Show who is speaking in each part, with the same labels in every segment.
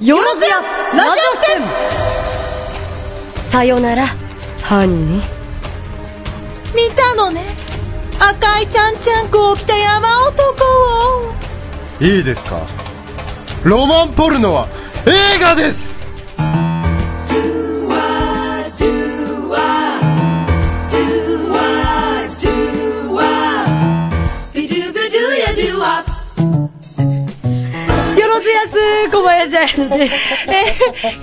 Speaker 1: よろずやラジオ視点
Speaker 2: さよならハニー
Speaker 1: 見たのね赤いちゃんちゃんこを着た山男
Speaker 3: をいいですかロマンポルノは映画です
Speaker 2: 小林彩乃です。
Speaker 1: え、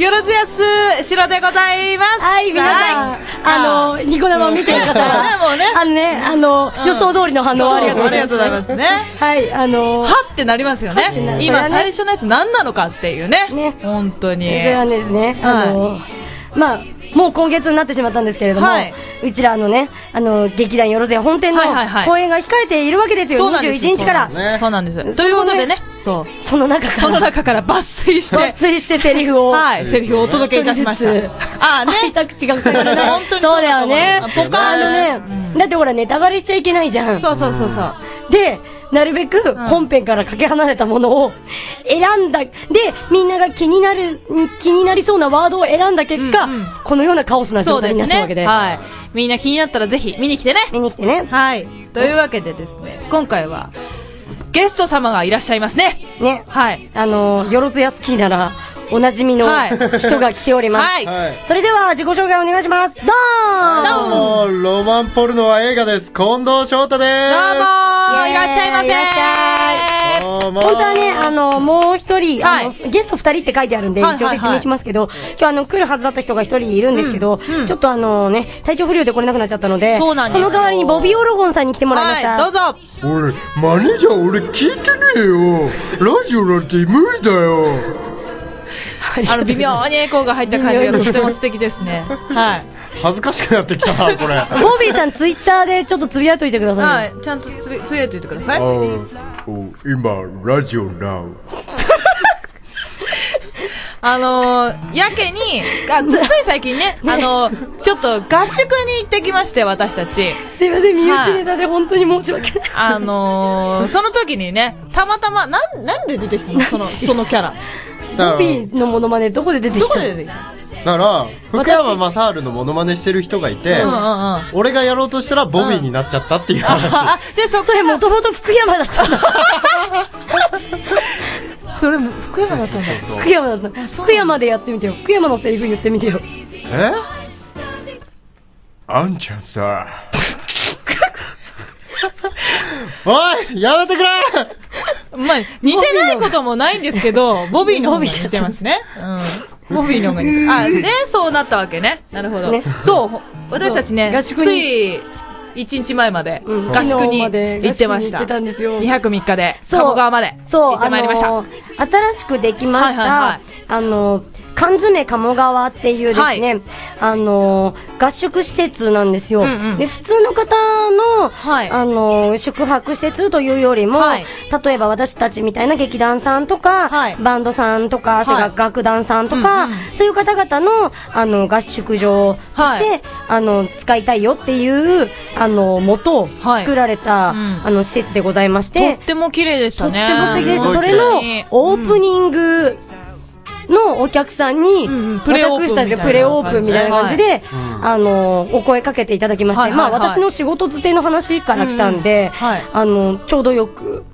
Speaker 1: よろずやす、しろでございます。
Speaker 2: はい、皆さん、あの、 ニコ生を見てる方は、ね、あのね、あの、予想通りの反応ありがとうございます。ありがとうございますね。はい、あの、
Speaker 1: はってなりますよね。今、最初のやつ何なのかっていうね。ね。本当に。そ
Speaker 2: れはですね、あの、まあ、もう今月になってしまったんですけれども、うちらのね、あの劇団よろずや本店の公演が控えているわけですよ、はいはい21日から。
Speaker 1: そうなんです。ということでね、
Speaker 2: そう。その中から。
Speaker 1: その中から抜粋して。
Speaker 2: 抜粋してセリフ を。
Speaker 1: はい、セリフをお届けいたしました。
Speaker 2: ああね。開いた口が塞がらない。本当にそうだよね。ポカーのね、だってほらネタバレしちゃいけないじゃん。
Speaker 1: そうそうそうそう。
Speaker 2: で、なるべく本編からかけ離れたものを選んだ、で、みんなが気になる、気になりそうなワードを選んだ結果、うんうん、このようなカオスな状態になったわけで。
Speaker 1: ね、はい。みんな気になったらぜひ見に来てね。
Speaker 2: 見に来てね。
Speaker 1: はい。というわけでですね、今回は、ゲスト様がいらっしゃいますね。
Speaker 2: ね。
Speaker 1: はい。
Speaker 2: あの、よろずやすきなら、おなじみの人が来ております。はい。それでは自己紹介お願いします。ど
Speaker 3: ーンロマンポルノは映画です。近藤翔太です。どうもい
Speaker 1: らっしゃいませ
Speaker 2: いらっしゃい。本当はね、あの、もう一人、あの、ゲスト二人って書いてあるんで、一応説明しますけど、今日あの、来るはずだった人が一人いるんですけど、ちょっとあのね、体調不良で来れなくなっちゃったので、
Speaker 1: その
Speaker 2: 代わりにボビー・オロゴンさんに来てもらいました。
Speaker 1: どうぞ
Speaker 3: 俺、マネージャー俺聞いてねえよ。ラジオなんて無理だよ。
Speaker 1: あの微妙にエコーが入った感じがとても素敵ですね。はい。
Speaker 3: 恥ずかしくなってきたな、これ。
Speaker 2: ボビーさん、ツイッターでちょっとつぶやいといてくださ
Speaker 1: い、はい。ちゃんとつぶつぶやいといてください。
Speaker 3: 今、ラジオな。
Speaker 1: あのー、やけに、あつつい最近 ね、あのー、ちょっと合宿に行ってきまして、私たち。
Speaker 2: すいません、身内ネタで本当に申し訳ない。
Speaker 1: あのー、その時にね、たまたま、なん、なんで出てきたのその、そのキャラ。
Speaker 2: ボビーのモノマネどこで出てきたの
Speaker 3: だから福山雅治のモノマネしてる人がいて、俺がやろうとしたらボビーになっちゃったっていう話、
Speaker 2: うん、でそそれもともと福山だった
Speaker 1: それも福山だったんだ
Speaker 2: 福山だった福山でやってみてよ福山のセリフ言ってみてよ
Speaker 3: えあんちゃんさ おいやめてくれ
Speaker 1: まあ、似てないこともないんですけど、ボビーの方が似てますね。うん。ボビーの方が似てあ、で、そうなったわけね。なるほど。ね、そう、私たちね、つい、一日前まで、合宿に行ってました。2泊3日で、鴨川まで、行ってまいりました。
Speaker 2: 新しくできました、あの、缶詰鴨川っていうですね、あの、合宿施設なんですよ。で、普通の方の、あの、宿泊施設というよりも、例えば私たちみたいな劇団さんとか、バンドさんとか、それから楽団さんとか、そういう方々の、あの、合宿場として、あの、使いたいよっていう、あの、元を作られた、あの、施設でございまして。
Speaker 1: とっても綺麗でしたね。
Speaker 2: とっても素敵でした。それの、オープニング、のお客さんに、プレ私たちがプレオープンみたいな感じで、あの、お声かけていただきまして、まあ私の仕事づての話から来たんで、あの、ちょうどよく、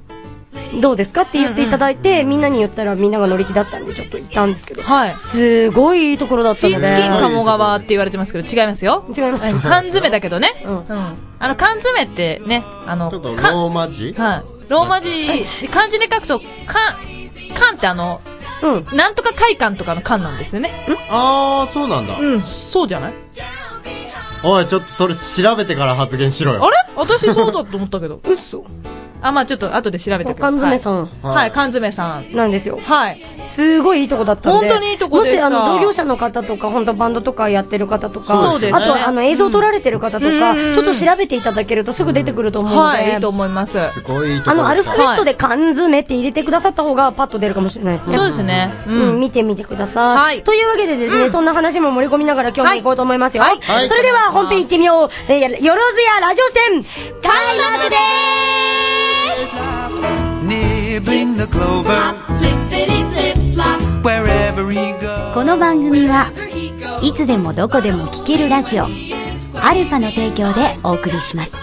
Speaker 2: どうですかって言っていただいて、みんなに言ったらみんなが乗り気だったんでちょっと行ったんですけど、すごいいいところだったので
Speaker 1: チキン鴨川って言われてますけど違いますよ
Speaker 2: 違います
Speaker 1: 缶詰だけどね、あの缶詰ってねあの
Speaker 3: ローマ字
Speaker 1: はいローマ字漢字で書くと缶缶ってあのうん、なんとか会館とかの館なんですよね。
Speaker 3: ああ、そうなんだ。
Speaker 1: うん、そうじゃない
Speaker 3: おい、ちょっとそれ調べてから発言しろよ。
Speaker 1: あれ私そうだと思ったけど。
Speaker 2: 嘘。
Speaker 1: あ、まあちょっと後で調べてください。
Speaker 2: 缶詰さん。
Speaker 1: はい、缶詰さん。
Speaker 2: なんですよ。
Speaker 1: はい。
Speaker 2: すごいいいとこだったん
Speaker 1: で。本当にいいとこ
Speaker 2: でしもし、あの、同業者の方とか、本当バンドとかやってる方とか、
Speaker 1: そうです
Speaker 2: あと、あの、映像撮られてる方とか、ちょっと調べていただけるとすぐ出てくると思うので。
Speaker 1: い、いと思います。
Speaker 3: すごいいいとこ
Speaker 2: あの、アルファベットで缶詰って入れてくださった方が、パッと出るかもしれないですね。
Speaker 1: そうですね。
Speaker 2: うん、見てみてください。はい。というわけでですね、そんな話も盛り込みながら今日も行こうと思いますよ。はい。それでは本編行ってみよう。え、よろずやラジオ視点、開幕ですnibbling the clover. Flop, flippity flip flop.
Speaker 4: この番組はいつでもどこでも聴けるラジオアルファの提供でお送りします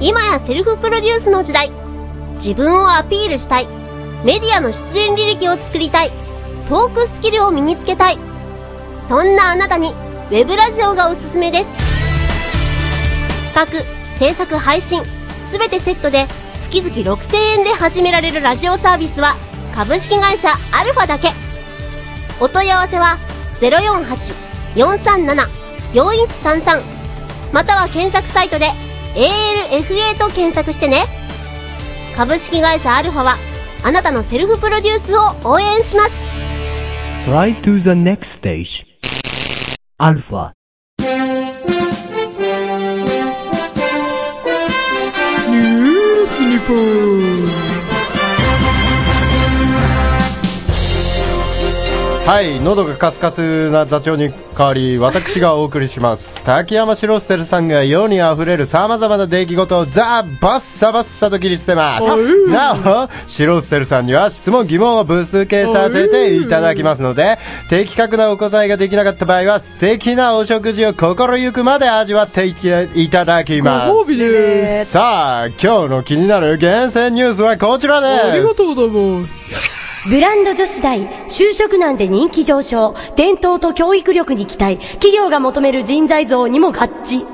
Speaker 5: 今やセルフプロデュースの時代自分をアピールしたいメディアの出演履歴を作りたいトークスキルを身につけたいそんなあなたにウェブラジオがおすすめです企画制作配信すべてセットで月々6000円で始められるラジオサービスは株式会社アルファだけお問い合わせは048-437-4133または検索サイトで ALFA と検索してね株式会社アルファはあなたのセルフプロデュースを応援します
Speaker 6: Try to the next stage アルファ
Speaker 1: スニポー
Speaker 3: はい喉がカスカスな座長に代わり私がお送りします滝山白捨てるさんが世にあふれるさまざまな出来事をザ・バッサバッサと切り捨てますなお白捨てるさんには質問疑問をぶつけさせていただきますので的確なお答えができなかった場合は素敵なお食事を心ゆくまで味わっていただきます
Speaker 1: ご褒美です
Speaker 3: さあ今日の気になる厳選ニュースはこちらですあ
Speaker 1: りがとうございます
Speaker 2: ブランド女子大、就職難で人気上昇、伝統と教育力に期待、企業が求める人材像にも合致。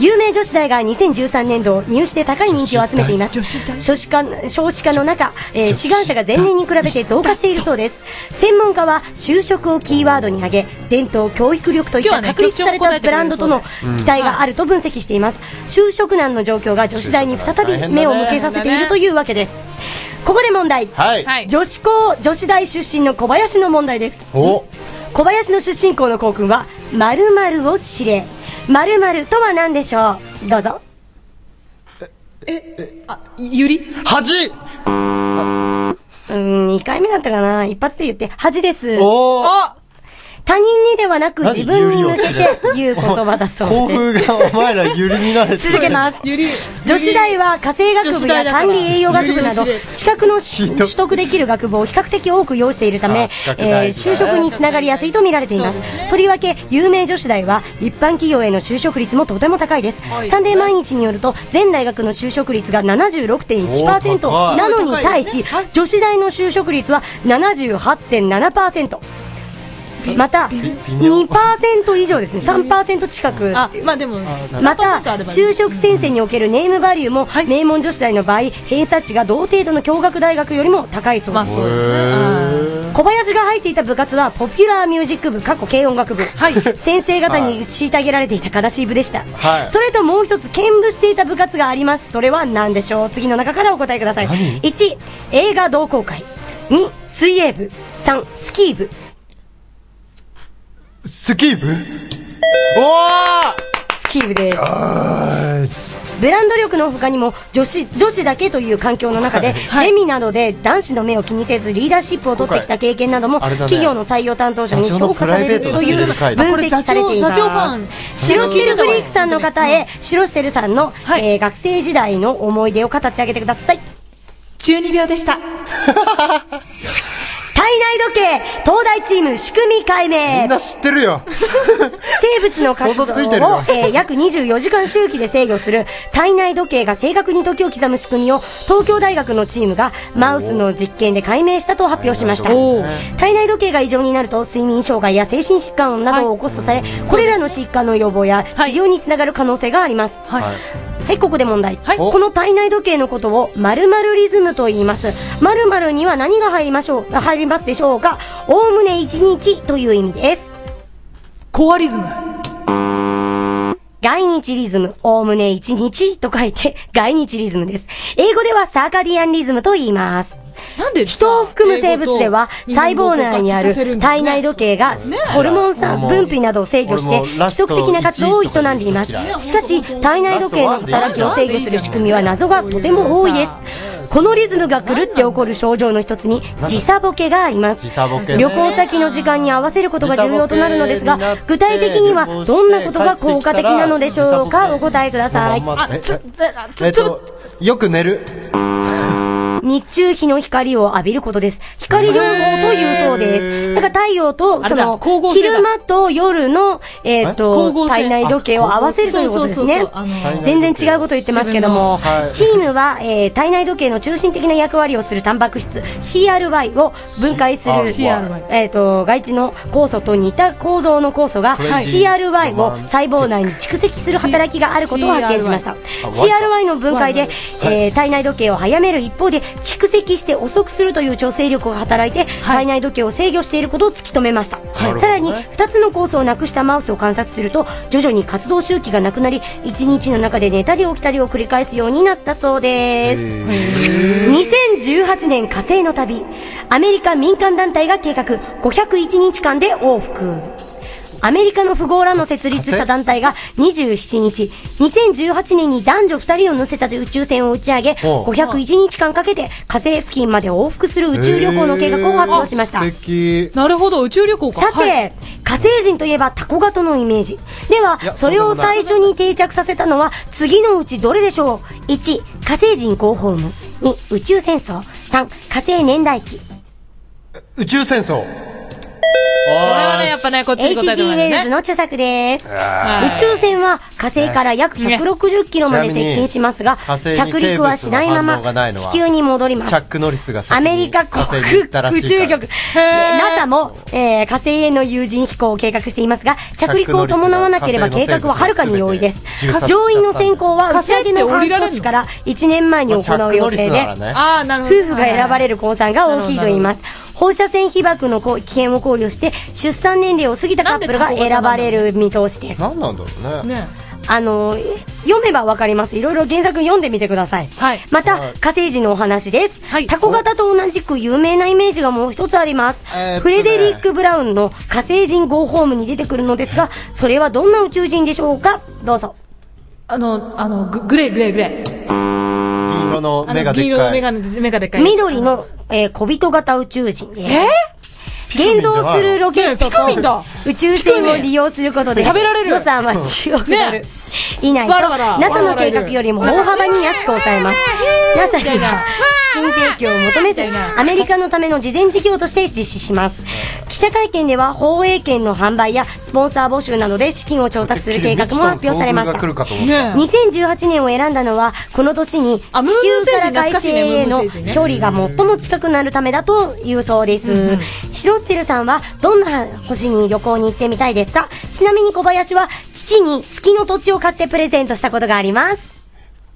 Speaker 2: 有名女子大が2013年度入試で高い人気を集めています少子化少子化の中、えー、志願者が前年に比べて増加しているそうです専門家は就職をキーワードに挙げ伝統教育力といった確立されたブランドとの期待があると分析しています就職難の状況が女子大に再び目を向けさせているというわけですここで問題、、
Speaker 3: はい
Speaker 2: 女子校女子大出身の小林の問題です
Speaker 3: 小
Speaker 2: 林の出身校の校訓は「〇〇を知れ」まるまるとは何でしょうどうぞ。、
Speaker 1: え、え、あ、ゆり
Speaker 3: 恥うん
Speaker 2: 2回目だったかな一発で言って、恥です。
Speaker 3: おー
Speaker 2: 他人にではなく自分に向けて言う言葉だそ う
Speaker 3: です。甲府がお前らゆりになれ
Speaker 2: 続けます。女子大は家政学部や管理栄養学部など、資格の取得できる学部を比較的多く要しているため、えー、就職につながりやすいと見られています。とりわけ、有名女子大は一般企業への就職率もとても高いです。サンデー毎日によると、全大学の就職率が76.1%なのに対し、女子大の就職率は78.7%。また2%以上ですね3%近く
Speaker 1: まあでも
Speaker 2: また就職先生におけるネームバリューも、はい、名門女子大の場合偏差値が同程度の共学大学よりも高いそうです、ね、小林が入っていた部活はポピュラーミュージック部過去軽音楽部、はい、先生方に虐げられていた悲しい部でした、はい、それともう一つ兼部していた部活がありますそれは何でしょう次の中からお答えください1映画同好会2水泳部3スキー部
Speaker 3: スキー部おー
Speaker 2: スキー部ですブランド力の他にも女子女子だけという環境の中で、 はい、レミなどで男子の目を気にせずリーダーシップを取ってきた経験なども、ね、企業の採用担当者に評価されるという分析されています白ステルブリークさんの方へ白ステルさんの、はい、えー、学生時代の思い出を語ってあげてください
Speaker 7: 12秒でした
Speaker 2: 体内時計東大チーム仕組み解明
Speaker 3: みんな知ってるよ
Speaker 2: 生物の活動を、えー、約24時間周期で制御する体内時計が正確に時を刻む仕組みを東京大学のチームがマウスの実験で解明したと発表しました体内時計が異常になると睡眠障害や精神疾患などを起こすとされ、はい、これらの疾患の予防や治療につながる可能性があります、はい、はいはい、ここで問題。はい、この体内時計のことを〇〇リズムと言います。〇〇には何が入りましょう、入りますでしょうかおおむね1日という意味です。
Speaker 1: コアリズム。
Speaker 2: 外日リズム、おおむね1日と書いて、外日リズムです。英語ではサーカディアンリズムと言います。
Speaker 1: なんで
Speaker 2: 人を含む生物では細胞内にある体内時計がホルモン酸分泌などを制御して規則的な活動を営んでいますしかし体内時計の働きを制御する仕組みは謎がとても多いですこのリズムが狂って起こる症状の一つに時差ボケがあります旅行先の時間に合わせることが重要となるのですが具体的にはどんなことが効果的なのでしょうかお答えください
Speaker 3: よく寝る
Speaker 2: 日中日の光を浴びることです。光療法というそうです。だから太陽と、その、昼間と夜の、えーっと、体内時計を合わせるということですね。全然違うこと言ってますけども、チームは、えー体内時計の中心的な役割をするタンパク質 CRY を分解する、えー、と外地の酵素と似た構造の酵素が CRY を細胞内に蓄積する働きがあることを発見しました CRY の分解で、えー体内時計を早める一方で蓄積して遅くするという調整力が働いて体内時計を制御していることを突き止めました、さらに2つの酵素をなくしたマウスを観察すると徐々に活動周期がなくなり1日の中で寝たり起きたりを繰り返すようになったそうです2018年火星の旅アメリカ民間団体が計画501日間で往復アメリカの富豪らの設立した団体が27日、2018年に男女2人を乗せた宇宙船を打ち上げ、501日間かけて火星付近まで往復する宇宙旅行の計画を発表しました。
Speaker 3: 素敵
Speaker 1: なるほど、宇宙旅行か。
Speaker 2: さて、
Speaker 1: はい
Speaker 2: 火星人といえばタコ型のイメージ。では、それを最初に定着させたのは、次のうちどれでしょう ?1、火星人広報務。2、宇宙戦争。3、火星年代記。
Speaker 3: 宇宙戦争。
Speaker 1: これはね、やっぱね、こっち
Speaker 2: HG
Speaker 1: に
Speaker 2: ウ
Speaker 1: 答えてもら
Speaker 2: ェルズ
Speaker 1: ね。
Speaker 2: の著作です。宇
Speaker 3: あ
Speaker 2: 宙船は火星から約160キロまで接近しますが、
Speaker 3: ちなみに火星に
Speaker 2: 着陸はしないま
Speaker 3: 生物の反応がな
Speaker 2: ま
Speaker 3: いの
Speaker 2: 地
Speaker 3: は
Speaker 2: 球に戻りま
Speaker 3: ーチ
Speaker 2: す
Speaker 3: ャッ。ク・ノリスが先に
Speaker 2: アメリカ国
Speaker 3: 火星に行ったらしい
Speaker 2: 宇宙
Speaker 3: から
Speaker 2: 局、NASA も、えー火星への有人飛行を計画していますが、着陸を伴わなければ計画ははるかに容易です
Speaker 3: 火星の生
Speaker 2: 乗
Speaker 3: 物が全て。
Speaker 2: 員の選考は打ち上げの半
Speaker 1: 火星って降りられるの
Speaker 2: 年から1年前に行
Speaker 3: まあチャッ
Speaker 2: う
Speaker 3: ク・ノ
Speaker 2: 予
Speaker 3: リス
Speaker 2: 定
Speaker 3: な
Speaker 2: で
Speaker 3: ら、ね。
Speaker 1: ああ、なるほど。
Speaker 2: 夫婦が選ばれる公算が大きいと言います。放射線被曝の危険を考慮して、出産年齢を過ぎたカップルが選ばれる見通しです。
Speaker 3: 何なんだろうね。
Speaker 1: ね。
Speaker 2: あの、読めばわかります。いろいろ原作読んでみてください。
Speaker 1: はい
Speaker 2: また、火星人のお話です。
Speaker 1: はい
Speaker 2: タコ型と同じく有名なイメージがもう一つあります。
Speaker 3: えーっとね
Speaker 2: フレデリック・ブラウンの火星人ゴーホームに出てくるのですが、それはどんな宇宙人でしょうかどうぞ。
Speaker 1: あの、あの、ググレーグレーグレー。
Speaker 3: 銀色の
Speaker 1: あ
Speaker 3: 目が
Speaker 1: の、
Speaker 3: で
Speaker 1: 黄
Speaker 3: っ
Speaker 1: 色の
Speaker 3: か
Speaker 1: メ
Speaker 3: い。
Speaker 1: ガネ、目がでっかい。
Speaker 2: 緑の、えー小人型宇宙人です。え現像するロケット
Speaker 1: ねえピカミンだ
Speaker 2: と宇宙船を利用することで
Speaker 1: 食べられる
Speaker 2: 予算は10億ドル
Speaker 1: ね
Speaker 2: 以内
Speaker 1: わらわら
Speaker 2: と NASA
Speaker 1: わらわ
Speaker 2: の
Speaker 1: らい
Speaker 2: 計
Speaker 1: る
Speaker 2: 画よりも大幅に安く抑えます NASA には資金提供を求めずアメリカのための事前事業として実施します記者会見では放映権の販売やスポンサー募集などで資金を調達する計画も発表されまし
Speaker 3: 未知との遭遇
Speaker 2: た
Speaker 3: が来るかと思った
Speaker 1: ね
Speaker 2: 2018年を選んだのはこの年に地
Speaker 1: あムームー
Speaker 2: 球
Speaker 1: 星
Speaker 2: から外
Speaker 1: 人懐かし
Speaker 2: 星
Speaker 1: いね
Speaker 2: への
Speaker 1: ムームー
Speaker 2: 距
Speaker 1: 星人ね
Speaker 2: 離が最も近くなるためだというそうです、シロステルさんはどんな星に旅行に行ってみたいですかちなみに小林は父に月の土地を買ってプレゼントしたことがあります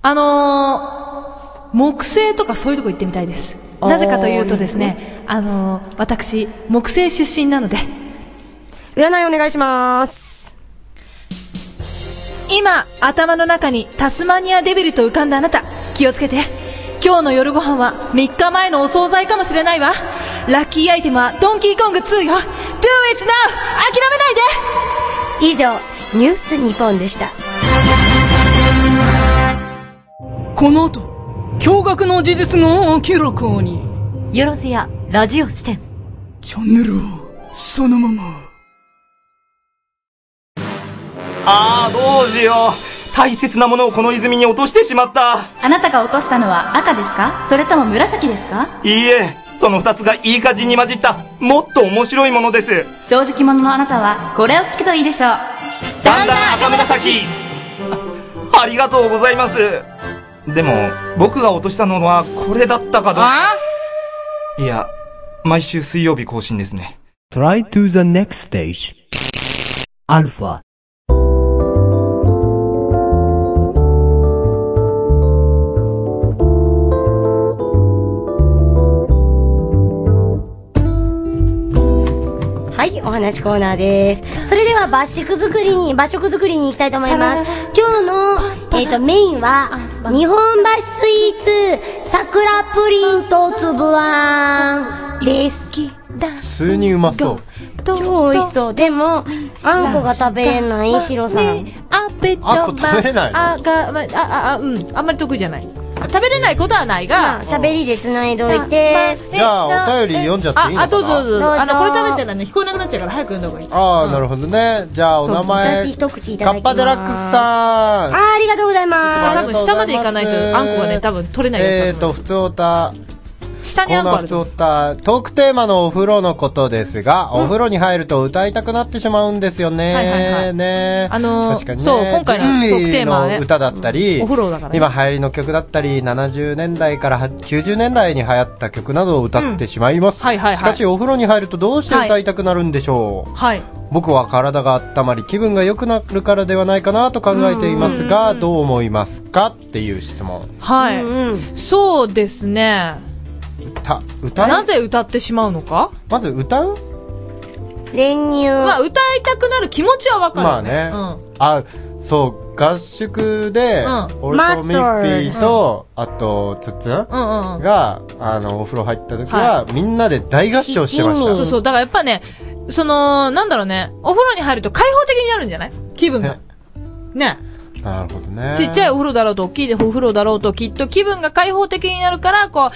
Speaker 1: あのー、木星とかそういうとこ行ってみたいです。
Speaker 2: おー
Speaker 1: なぜかというとですね、あのー、私、木星出身なので、
Speaker 2: 占いお願いします
Speaker 1: 今、頭の中にタスマニアデビルと浮かんだあなた、気をつけて。今日の夜ご飯は3日前のお惣菜かもしれないわ。ラッキーアイテムはドンキーコング2よ。Do it now! 諦めないで
Speaker 2: 以上ニュース日本でした
Speaker 8: この後、驚愕の事実が明らかに。
Speaker 9: よろずや、ラジオ視点。
Speaker 8: チャンネルを、そのまま。
Speaker 10: ああ、どうしよう。大切なものをこの泉に落としてしまった。
Speaker 9: あなたが落としたのは赤ですかそれとも紫ですか
Speaker 10: いいえ、その二つがいい感じに混じった、もっと面白いものです。
Speaker 9: 正直者のあなたは、これを聞くといいでしょう。
Speaker 10: だんだん赤紫あありがとうございます。でも、僕が落としたのはこれだったかどうか。いや、毎週水曜日更新ですね。
Speaker 6: Try to the next stage. Alpha.
Speaker 2: はい、お話コーナーです。それでは、馬食作りに、馬食作りに行きたいと思います。今日の、えっ、と、メインは、日本橋スイーツ、桜プリンとつぶあんです。
Speaker 3: 普通にうまそう。
Speaker 2: 超美味しそう。でも、あんこが食べれない、シロさん。
Speaker 1: あべと
Speaker 3: あこ食べれないの
Speaker 1: あが、まあ、あ、あ、うん、あんまり得意じゃない。食べれないことはないが、
Speaker 2: 喋りで繋いどいて、
Speaker 3: じゃあ、お便り読んじゃっていいのかな
Speaker 1: あ、どうぞどうぞ。
Speaker 2: どうぞ
Speaker 1: あの、これ食べたらね、聞こえなくなっちゃうから早く読んだ方がいい。
Speaker 3: ああ、なるほどね。じゃあ、お名前。
Speaker 2: 私一口いた
Speaker 3: カ
Speaker 2: だきます
Speaker 3: ッパデラックスさん。
Speaker 2: あー、ありがとうございます。
Speaker 1: 多分下まで行かないとあんこがね多分取れないやつだ
Speaker 3: えっと、普通おた、
Speaker 1: 下
Speaker 3: にあんこあるコーナー太ったトークテーマのお風呂のことですが、お風呂に入ると歌いたくなってしまうんですよね。はいはいはい、ね
Speaker 1: あのー、確
Speaker 3: かにね。
Speaker 1: そう、今回のトークテーマは、ね、
Speaker 3: 歌だったり、
Speaker 1: お風呂だから、ね、
Speaker 3: 今流行りの曲だったり、70年代から90年代に流行った曲などを歌ってしまいます。うんはいはいはい、しかしお風呂に入るとどうして歌いたくなるんでしょう、
Speaker 1: はい、
Speaker 3: 僕は体が温まり気分が良くなるからではないかなと考えていますが、どう思いますかっていう質問。
Speaker 1: はい。うんうん、そうですね。
Speaker 3: 歌、歌
Speaker 1: なぜ歌ってしまうのか
Speaker 3: まず歌う
Speaker 2: 練乳。
Speaker 1: まあ、歌いたくなる気持ちはわかる、
Speaker 3: ね、まあね。うん、あ、そう、合宿で、うん、俺とミッフィーと、うん、あと、ツッツン、うんうん、が、あの、お風呂入った時は、はい、みんなで大合唱してました。
Speaker 1: そうそう、だからやっぱね、その、なんだろうね、お風呂に入ると開放的になるんじゃない気分が。ね。
Speaker 3: なるほどね。
Speaker 1: ちっちゃいお風呂だろうと、大きいお風呂だろうと、きっと気分が開放的になるから、こ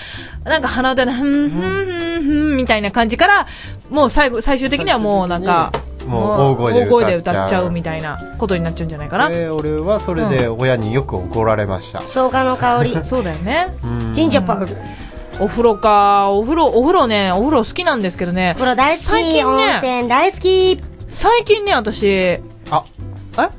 Speaker 1: う、なんか鼻歌で、ふん、ふん、ふん、ふん、みたいな感じから、もう最後、最終的にはもうなんか、
Speaker 3: もう大声で歌っちゃう。大声で歌っちゃう
Speaker 1: みたいなことになっちゃうんじゃないかな。
Speaker 3: えー、俺はそれで親によく怒られました。うん、
Speaker 2: 生姜の香り。
Speaker 1: そうだよね。
Speaker 2: 神社パウル。
Speaker 1: お風呂か、お風呂、お風呂ね、お風呂好きなんですけどね。
Speaker 2: お風呂大好き。最近ね、温泉大好き。
Speaker 1: 最近ね、私。
Speaker 3: あ、
Speaker 1: え
Speaker 3: あ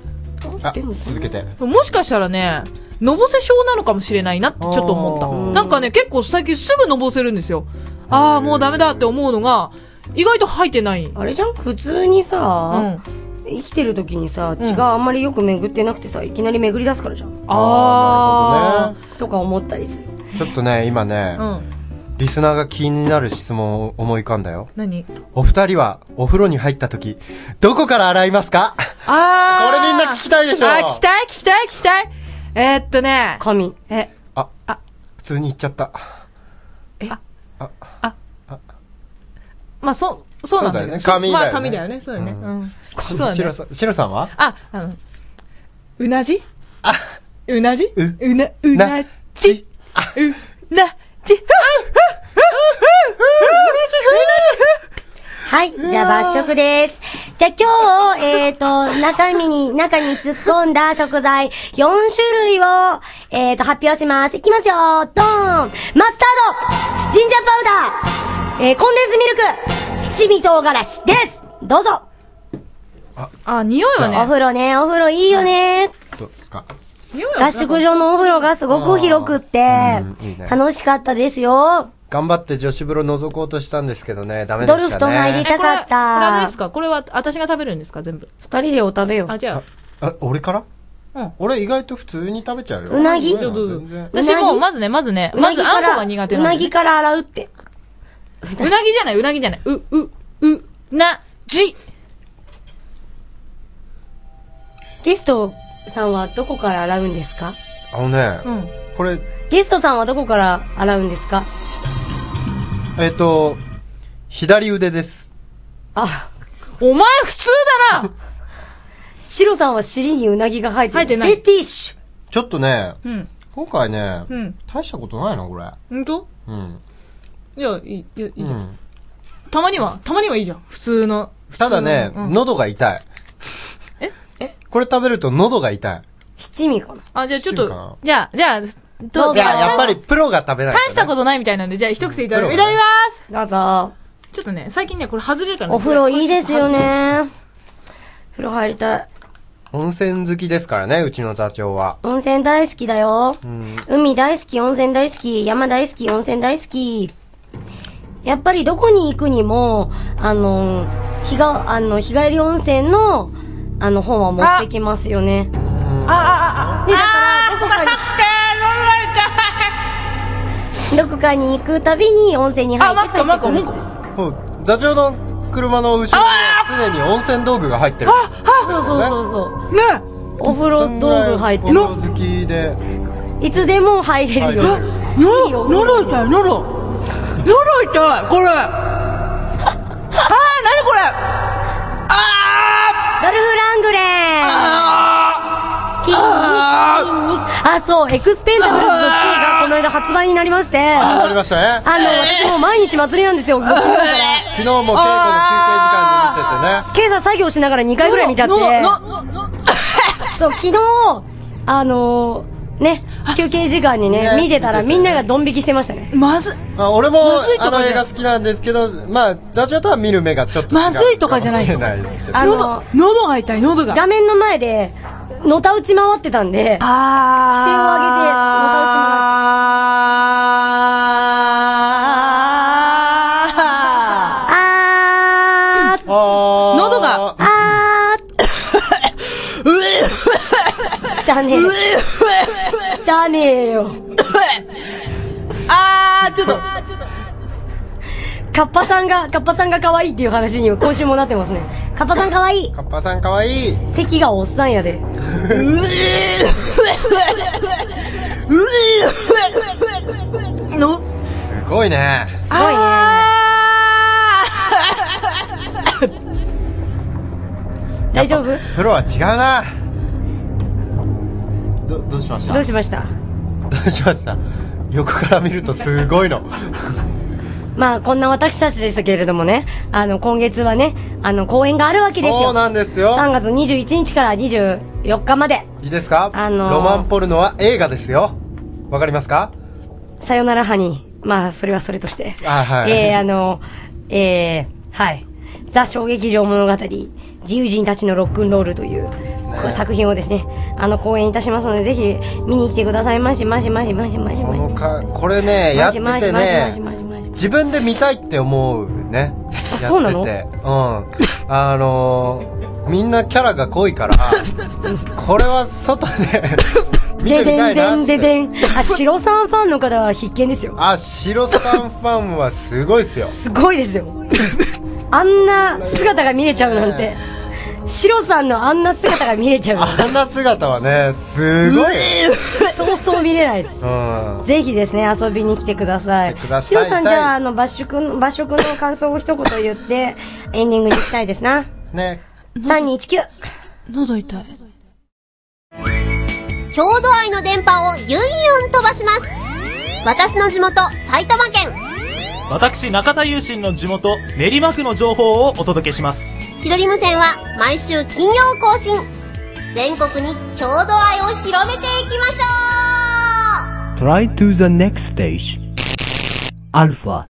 Speaker 3: 続けて
Speaker 1: もしかしたらねのぼせ症なのかもしれないなってちょっと思ったなんかね結構最近すぐのぼせるんですよああもうダメだって思うのが意外と吐いてない
Speaker 2: あれじゃん普通にさ、うん、生きてる時にさ血があんまりよく巡ってなくてさいきなり巡り出すからじゃん、うん、
Speaker 3: ああなるほどね
Speaker 2: とか思ったりする
Speaker 3: ちょっとね今ね、うん、リスナーが気になる質問を思い浮かんだよ
Speaker 1: 何
Speaker 3: お二人はお風呂に入った時どこから洗いますか
Speaker 1: あ
Speaker 3: あ。これみんな聞きたいでしょ。
Speaker 1: あ、聞きたい、聞きたい、聞きたい。えー、っとね。
Speaker 2: 神。
Speaker 1: え、
Speaker 3: あ、あ、普通に言っちゃった。
Speaker 1: え、あ、あ、あ、あまあ、そ、そうなんだよね。
Speaker 3: 紙
Speaker 1: だよね。まあ、紙だよね。そうだよね。うん。うん、そうだね。
Speaker 3: シロさんは
Speaker 1: あ、あの、うなじ
Speaker 3: あ、
Speaker 1: うなじ
Speaker 3: う、
Speaker 1: うな、うなじ。
Speaker 3: あ、
Speaker 1: うなじ。
Speaker 2: はい。じゃあ、抜食です。じゃあ、今日、えっ、ー、と、中身に、中に突っ込んだ食材4種類を、えっ、ー、と、発表します。いきますよドーンマスタードジンジャーパウダーえー、コンデンスミルク七味唐辛子ですどうぞ
Speaker 1: あ、あ、匂いはね。
Speaker 2: お風呂ね、お風呂いいよね。
Speaker 3: どうですか
Speaker 2: 合宿所のお風呂がすごく広くって、いいね、楽しかったですよ。
Speaker 3: 頑張って女子風呂覗こうとしたんですけどね、ダメでしたね。
Speaker 2: ドルフと入りたかった。これ
Speaker 1: はですかこれは私が食べるんですか全部。
Speaker 2: 二人でお食べよう。
Speaker 1: あ、じゃ
Speaker 3: あ。あ、俺から
Speaker 1: うん。
Speaker 3: 俺意外と普通に食べちゃうよ。
Speaker 2: うなぎ
Speaker 1: ちょっと、私もうまずね、まずね、まずあんこが苦手
Speaker 2: なうなぎから洗うって。
Speaker 1: うなぎじゃない、うなぎじゃない。う、う、う、な、じ。
Speaker 2: ゲストさんはどこから洗うんですか
Speaker 3: あのね、うん、これ。
Speaker 2: ゲストさんはどこから洗うんですか
Speaker 3: えっ、ー、と、左腕です。
Speaker 2: あ、
Speaker 1: お前普通だな
Speaker 2: シロさんは尻にうなぎが生えてる。
Speaker 1: 生えてない。
Speaker 2: フェティッシュ。
Speaker 3: ちょっとね、
Speaker 1: うん、
Speaker 3: 今回ね、
Speaker 1: うん、
Speaker 3: 大したことないな、これ。
Speaker 1: ほんと
Speaker 3: うん。
Speaker 1: いや、いい、いいじゃ、うん。たまには、たまにはいいじゃん。普通の。通
Speaker 3: のただね、うん、喉が痛い。
Speaker 1: ええ
Speaker 3: これ食べると喉が痛い。
Speaker 2: 七味かな。。
Speaker 1: あ、じゃあちょっと、じゃあ、じゃあ、
Speaker 3: どういや、やっぱりプロが食べない、
Speaker 1: ね、大したことないみたいなんで、じゃあ一口いただきます
Speaker 2: どうぞ。
Speaker 1: ちょっとね、最近ね、これ外れるから、ね、
Speaker 2: お風呂いいですよね。風呂入りたい。
Speaker 3: 温泉好きですからね、うちの座長は。
Speaker 2: 温泉大好きだよ。うん、海大好き、温泉大好き、山大好き、温泉大好き。やっぱりどこに行くにも、あの、日が、あの、日帰り温泉の、あの、本は持ってきますよね。
Speaker 1: あ、うん、あ、あ、あ、あ、ね、だから、どこかに。
Speaker 2: どこかに行くたびに温泉に入って帰ってくる
Speaker 3: あ、座長の車の後ろに常に温泉道具が入ってる、ね、
Speaker 2: そうそうそうそう
Speaker 1: ね
Speaker 2: お風呂道具入って
Speaker 3: るお風呂好きで
Speaker 2: いつでも入れるよ
Speaker 1: 喉喉痛い喉喉痛いこれ あー何これあ
Speaker 2: ードルフラングレーあー筋肉筋肉あ、そう、エクスペンダブルズの2がこの間発売になりまして。
Speaker 3: あ、なりましたね。
Speaker 2: あの、私も毎日祭りなんですよ、昨日から。
Speaker 3: 昨日も稽古の休憩時間に見てて
Speaker 2: ね。今朝作業しながら2回ぐらい見ちゃって。そう、昨日、あのー、ね、休憩時間にね、見てたらみんながドン引きしてましたね。
Speaker 1: まず、
Speaker 3: あ、俺も
Speaker 1: まずいとか
Speaker 3: あ
Speaker 1: じゃ
Speaker 3: の
Speaker 1: ない
Speaker 3: 映画好きなんですけど、まあ、座長とは見る目がちょっと違う
Speaker 1: まずいとかじゃない
Speaker 3: もしれないですけど
Speaker 2: あ
Speaker 1: 喉、喉が痛い、喉が。
Speaker 2: 画面の前で、のたうち回ってたんで、視線を上げて、のたうち回って。あー
Speaker 3: あー
Speaker 1: 喉が
Speaker 2: あーだねだねえよ。
Speaker 1: あー、ちょっと。
Speaker 2: カッパさんが、カッパさんが可愛いっていう話に今週もなってますね。カッパさん可愛い
Speaker 3: カッパさんかわいい
Speaker 2: 席がおっさんやで。
Speaker 1: の、
Speaker 3: すごいね
Speaker 2: すごいね。大丈夫
Speaker 3: プロは違うなどどうしました
Speaker 2: どうしました
Speaker 3: どうしました横から見るとす ごいの
Speaker 2: まあこんな私たちでしたけれどもね、あの今月はね、あの公演があるわけですよ。
Speaker 3: そうなんですよ
Speaker 2: 3月21日から24日まで、
Speaker 3: いいですか、
Speaker 2: あのー
Speaker 3: ロマンポルノは映画ですよわかりますか
Speaker 2: さよならハニー。まあそれはそれとして。
Speaker 3: あはい
Speaker 2: えー、あの、えー、はい。ザ・衝撃場物語、自由人たちのロックンロールという、こう作品をですね、あの公演いたしますので、ぜひ見に来てくださいまし、まし、まし、まし、まし、
Speaker 3: こ
Speaker 2: まし。
Speaker 3: のかこれねやって
Speaker 2: ま
Speaker 3: て
Speaker 2: し、まし、
Speaker 3: ね
Speaker 2: まし、まし。
Speaker 3: 自分で見たいって思うねやってて
Speaker 2: そうなの
Speaker 3: うんあのー、みんなキャラが濃いからこれは外で見て
Speaker 2: で
Speaker 3: み
Speaker 2: で
Speaker 3: たい
Speaker 2: んで
Speaker 3: なっ
Speaker 2: ん
Speaker 3: て
Speaker 2: ででん。あ、白さんファンの方は必見ですよ。
Speaker 3: あ白さんファンはすごいですよ
Speaker 2: すごいですよ。あんな姿が見れちゃうなんて。白さんのあんな姿が見れちゃうなんて。
Speaker 3: あんな姿はねすごい、
Speaker 2: そうそう見れないです。
Speaker 3: うん、
Speaker 2: ぜひですね、遊びに来てください。
Speaker 3: 来てください
Speaker 2: シロさん、じゃあ、あの、抜色の、抜色の感想を一言言って、エンディングに行きたいですな。
Speaker 3: ね
Speaker 2: 3219。
Speaker 1: 喉痛い。
Speaker 5: 郷土愛の電波をユンユン飛ばします私の地元埼玉県
Speaker 11: 私中田雄心の地元練馬区の情報をお届けします
Speaker 5: ひどり無線は毎週金曜更新全国に郷土愛を広めていきましょ
Speaker 6: Try to the next stage. Alpha.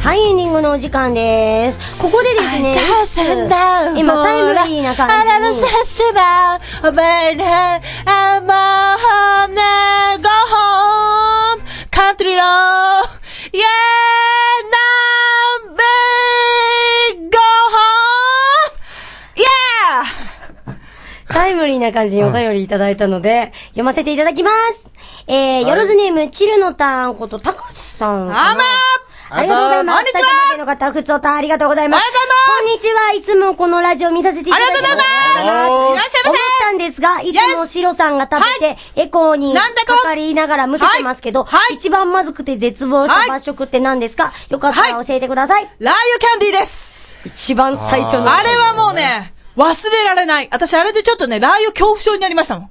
Speaker 2: はい、エンディングのお時間です。ここでですね、今タイムリーな感
Speaker 1: あらら
Speaker 2: じに
Speaker 1: さ、すば、お前ら、あもう、ね、go home, country road, yeah, no, babe, go home, yeah!
Speaker 2: タイムリーな感じにお便りいただいたので、読ませていただきます。えー、よろずネーム、チルノタンこと、たかしさんかな。
Speaker 1: あま
Speaker 2: ありがとうございます。
Speaker 1: こんにちは
Speaker 2: 埼玉県の方、ふつおた、ありがとうございます。
Speaker 1: ありがとう
Speaker 2: こんにちは。いつもこのラジオ見させていただいて
Speaker 1: ありがとうございますいらっしゃいませ
Speaker 2: 思ったんですが、いつもシロさんが食べて、エコーにか
Speaker 1: なんだか
Speaker 2: かりながらむせてますけど、一番まずくて絶望した場食って何ですかよかったら教えてください。
Speaker 1: ラー油キャンディーです
Speaker 2: 一番最初の。
Speaker 1: あれはもうね、忘れられない。私あれでちょっとね、ラー油恐怖症になりましたもん。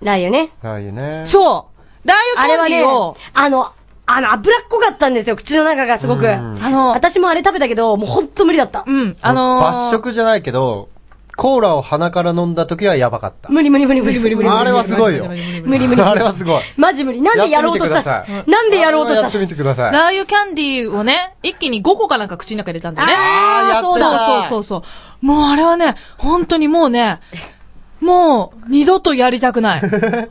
Speaker 2: ラー油ね。
Speaker 3: ああいうね
Speaker 1: そうラー
Speaker 2: あれ
Speaker 1: 油
Speaker 2: は
Speaker 1: キャ
Speaker 2: ね
Speaker 1: ンディーを、、
Speaker 2: あの、あの、脂っこかったんですよ、口の中がすごく。あの、私もあれ食べたけど、もうほんと無理だった。
Speaker 1: うん、あのー、
Speaker 3: 抜食じゃないけどコーラを鼻から飲んだ時はやばかった
Speaker 2: 無理無理無理無理無理無理無理。
Speaker 3: あれはすごいよ
Speaker 2: 無理無理無理
Speaker 3: あれはすごい
Speaker 2: マジ無理。なんでやろうとしたし
Speaker 3: やってみてくださ。い
Speaker 2: なんでやろうとし
Speaker 3: あれは
Speaker 2: た
Speaker 3: やってみて
Speaker 2: し。
Speaker 3: ください
Speaker 1: ラー油キャンディーをね、一気に5個かなんか口の中に入れたんだよね。
Speaker 3: あーやってた
Speaker 1: そうそうそうそう。もうあれはね、本当にもうね、もう二度とやりたく ない。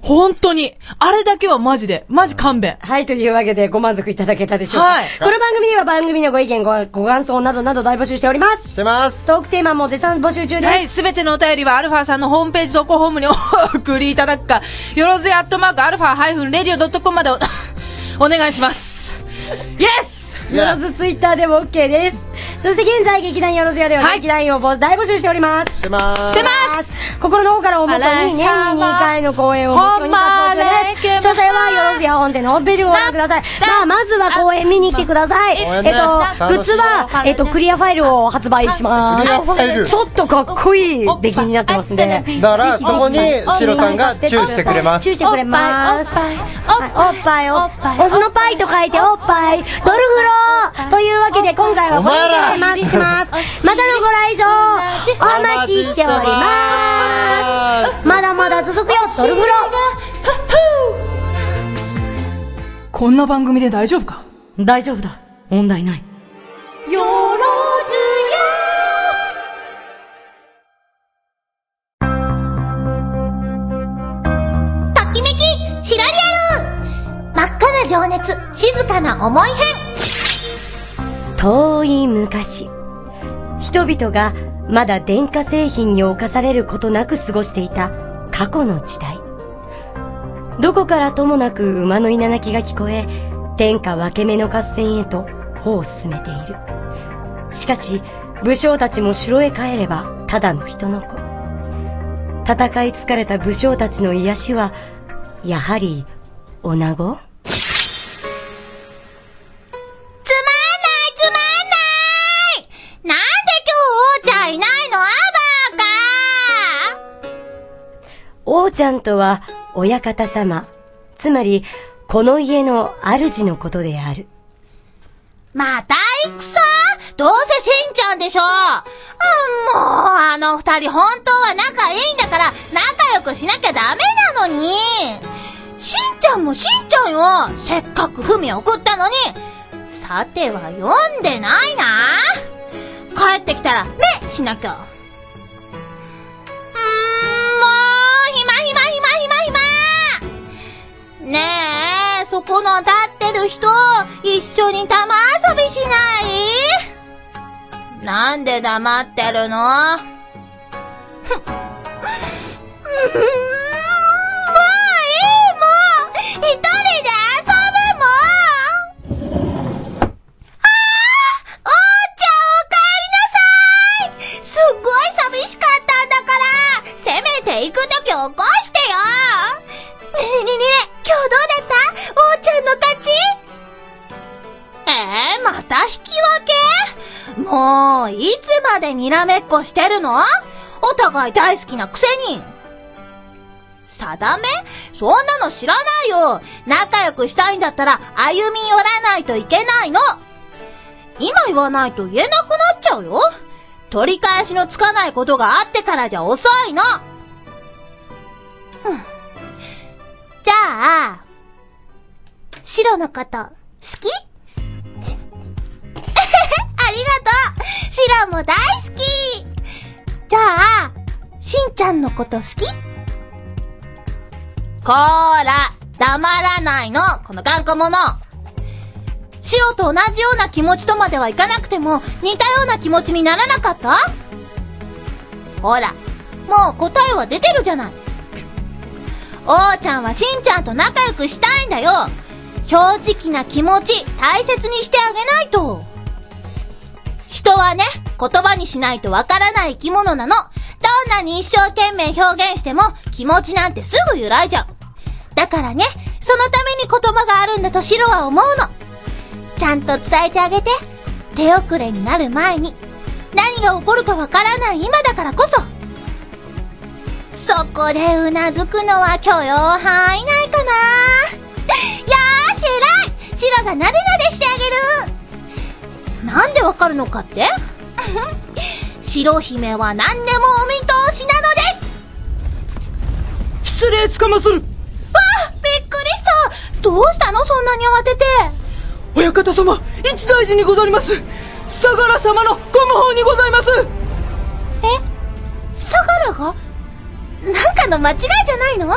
Speaker 1: 本当に。あれだけはマジで。マジ勘弁。
Speaker 2: はい、というわけでご満足いただけたでしょうか。
Speaker 1: はい
Speaker 2: この番組では番組のご意見、ごご感想などなど大募集しております。
Speaker 3: してます
Speaker 2: トークテーマも絶賛募集中です。
Speaker 1: はい、すべてのお便りはアルファさんのホームページ投稿ホームにお送りいただくか、よろずやアットマークアルファハイフンレディオドットコムまでおお 願いします。イエス
Speaker 2: よろずツイッターでも OK です。そして現在、劇団よろずやでは
Speaker 1: はい
Speaker 2: 劇団員を募大募集しております。
Speaker 3: してま
Speaker 1: し
Speaker 3: す
Speaker 1: てます
Speaker 2: 心の方からおもとに年に2回の公演を目標に活動中です。詳細はよろずや本店のホームページをご覧ください。まあ、まずは公演見に来てください。えっと、グッズは、えっと、クリアファイルを発売します。
Speaker 3: クリアファイル
Speaker 2: ちょっとかっこいい出来になってますね。
Speaker 3: だから、そこに、シロさんがチューしてくれます。
Speaker 2: チューしてくれます。おっぱい、おっぱい、おっぱい。オスのパイと書いておっぱい。ドルフローというわけで、今回はこれでお待ちします。またのご来場、お待ちしております。まだまだ続くよ、ドルフロ
Speaker 8: ー。こんな番組で大丈夫か
Speaker 2: 大丈夫だ。問題ない。
Speaker 7: よろずや
Speaker 5: シラリアル真っ赤な情熱、静かな思い
Speaker 2: 編遠い昔、人々がまだ電化製品に侵されることなく過ごしていた過去の時代。どこからともなく馬の稲鳴きが聞こえ、天下分け目の合戦へと歩を進めている。しかし、武将たちも城へ帰ればただの人の子。戦い疲れた武将たちの癒しは、やはり、おなご
Speaker 5: つまんないつまんないなんで今日王ちゃんいないのアバー
Speaker 2: か王ちゃんとは、親方様。つまり、この家の主のことである。
Speaker 5: また戦どうせしんちゃんでしょあ、もう、あの二人本当は仲いいんだから、仲良くしなきゃダメなのに。しんちゃんもしんちゃんよ。せっかく文送ったのに。さては読んでないな。帰ってきたら、ね、しなきゃ。うーん、もう、暇暇暇暇暇。ねえ、そこの立ってる人、一緒に玉遊びしないなんで黙ってるのもういいもう一人で遊ぶもんああおーちゃんおかえりなさいすっごい寂しかったんだからせめて行くとき起こしてよねえねえねえ今日どうだったおーちゃんの勝ちえー、また引き分けもう、いつまでにらめっこしてるのお互い大好きなくせに。定めそんなの知らないよ仲良くしたいんだったら歩み寄らないといけないの今言わないと言えなくなっちゃうよ取り返しのつかないことがあってからじゃ遅いのじゃあ、白のこと、好き ありがとう白も大好きじゃあ、しんちゃんのこと好きこーら、黙らないの、この頑固者白と同じような気持ちとまではいかなくても、似たような気持ちにならなかったほら、もう答えは出てるじゃない。おーちゃんはしんちゃんと仲良くしたいんだよ正直な気持ち、大切にしてあげないと人はね、言葉にしないとわからない生き物なの。どんなに一生懸命表現しても気持ちなんてすぐ揺らいじゃう。だからね、そのために言葉があるんだとシロは思うの。ちゃんと伝えてあげて。手遅れになる前に。何が起こるかわからない今だからこそ。そこでうなずくのは許容範囲内かな。よーし、偉いシロがなでなでしてあげるなんでわかるのかって 白姫は何でもお見通しなのです
Speaker 8: 失礼つかまするわ
Speaker 5: あびっくりしたどうしたのそんなに慌てて
Speaker 8: 親方様一大事にござります相良様のご無法にございます
Speaker 5: え相良がなんかの間違いじゃないの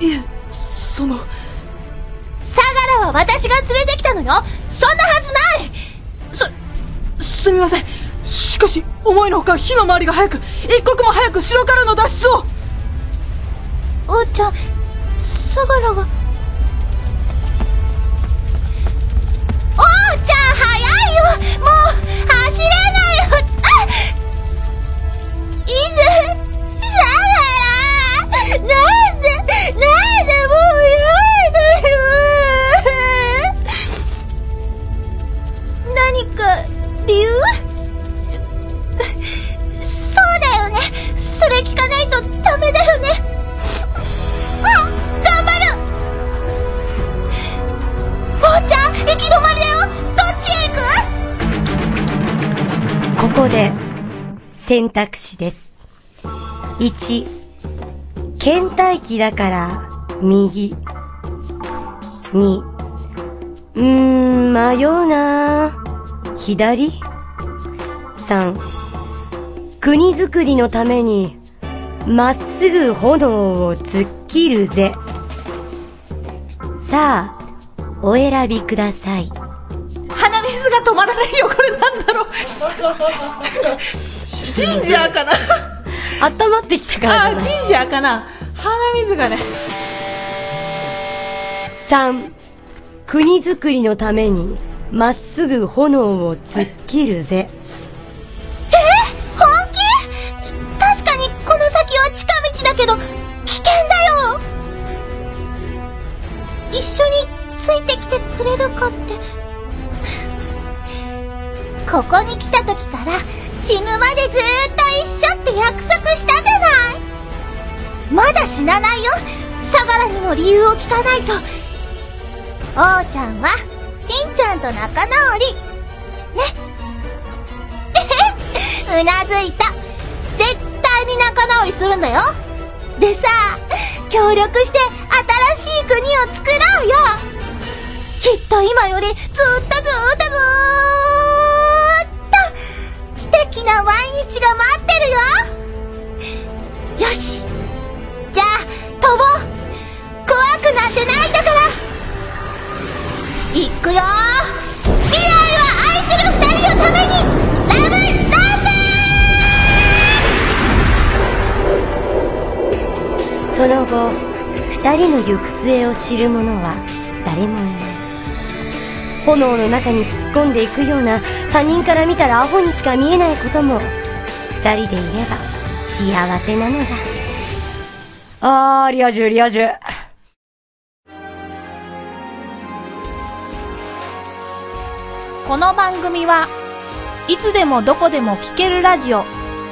Speaker 8: いえその
Speaker 5: 相良は私が連れてきたのよそんなはずない
Speaker 8: すすみませんしかし思いのほか火の回りが早く一刻も早く城からの脱出を
Speaker 5: おうちゃん相良がおうちゃん早いよもう走れないよ犬相良なんでなんでもう
Speaker 2: 選択肢です。1、倦怠期だから、右。2、うーん、迷うなぁ左 ?3、国づくりのために、まっすぐ炎を突っ切るぜ。さあ、お選びください。
Speaker 1: 鼻水が止まらないよこれなんだろう ジンジャーかな
Speaker 2: 温まってきたからじゃない
Speaker 1: あジンジャーかな鼻水がね
Speaker 2: 3国づくりのためにまっすぐ炎を突っ切るぜ
Speaker 5: え本気確かにこの先は近道だけど危険だよ一緒についてきてくれるかってここに来た時から死ぬまでずーっと一緒って約束したじゃないまだ死なないよ相良にも理由を聞かないとおーちゃんはしんちゃんと仲直り うなずいた絶対に仲直りするんだよでさ協力して新しい国を作ろうよきっと今よりずっとずっとずーっと素敵な毎日が待ってるよよしじゃあ飛ぼう怖くなんてないんだから行くよ未来は愛する二人のために
Speaker 2: その後二人の行く末を知る者は誰もいない炎の中に突っ込んでいくような他人から見たらアホにしか見えないことも二人でいれば幸せなのだあーリア充リア充
Speaker 12: この番組はいつでもどこでも聴けるラジオ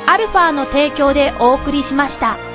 Speaker 12: アルファの提供でお送りしました。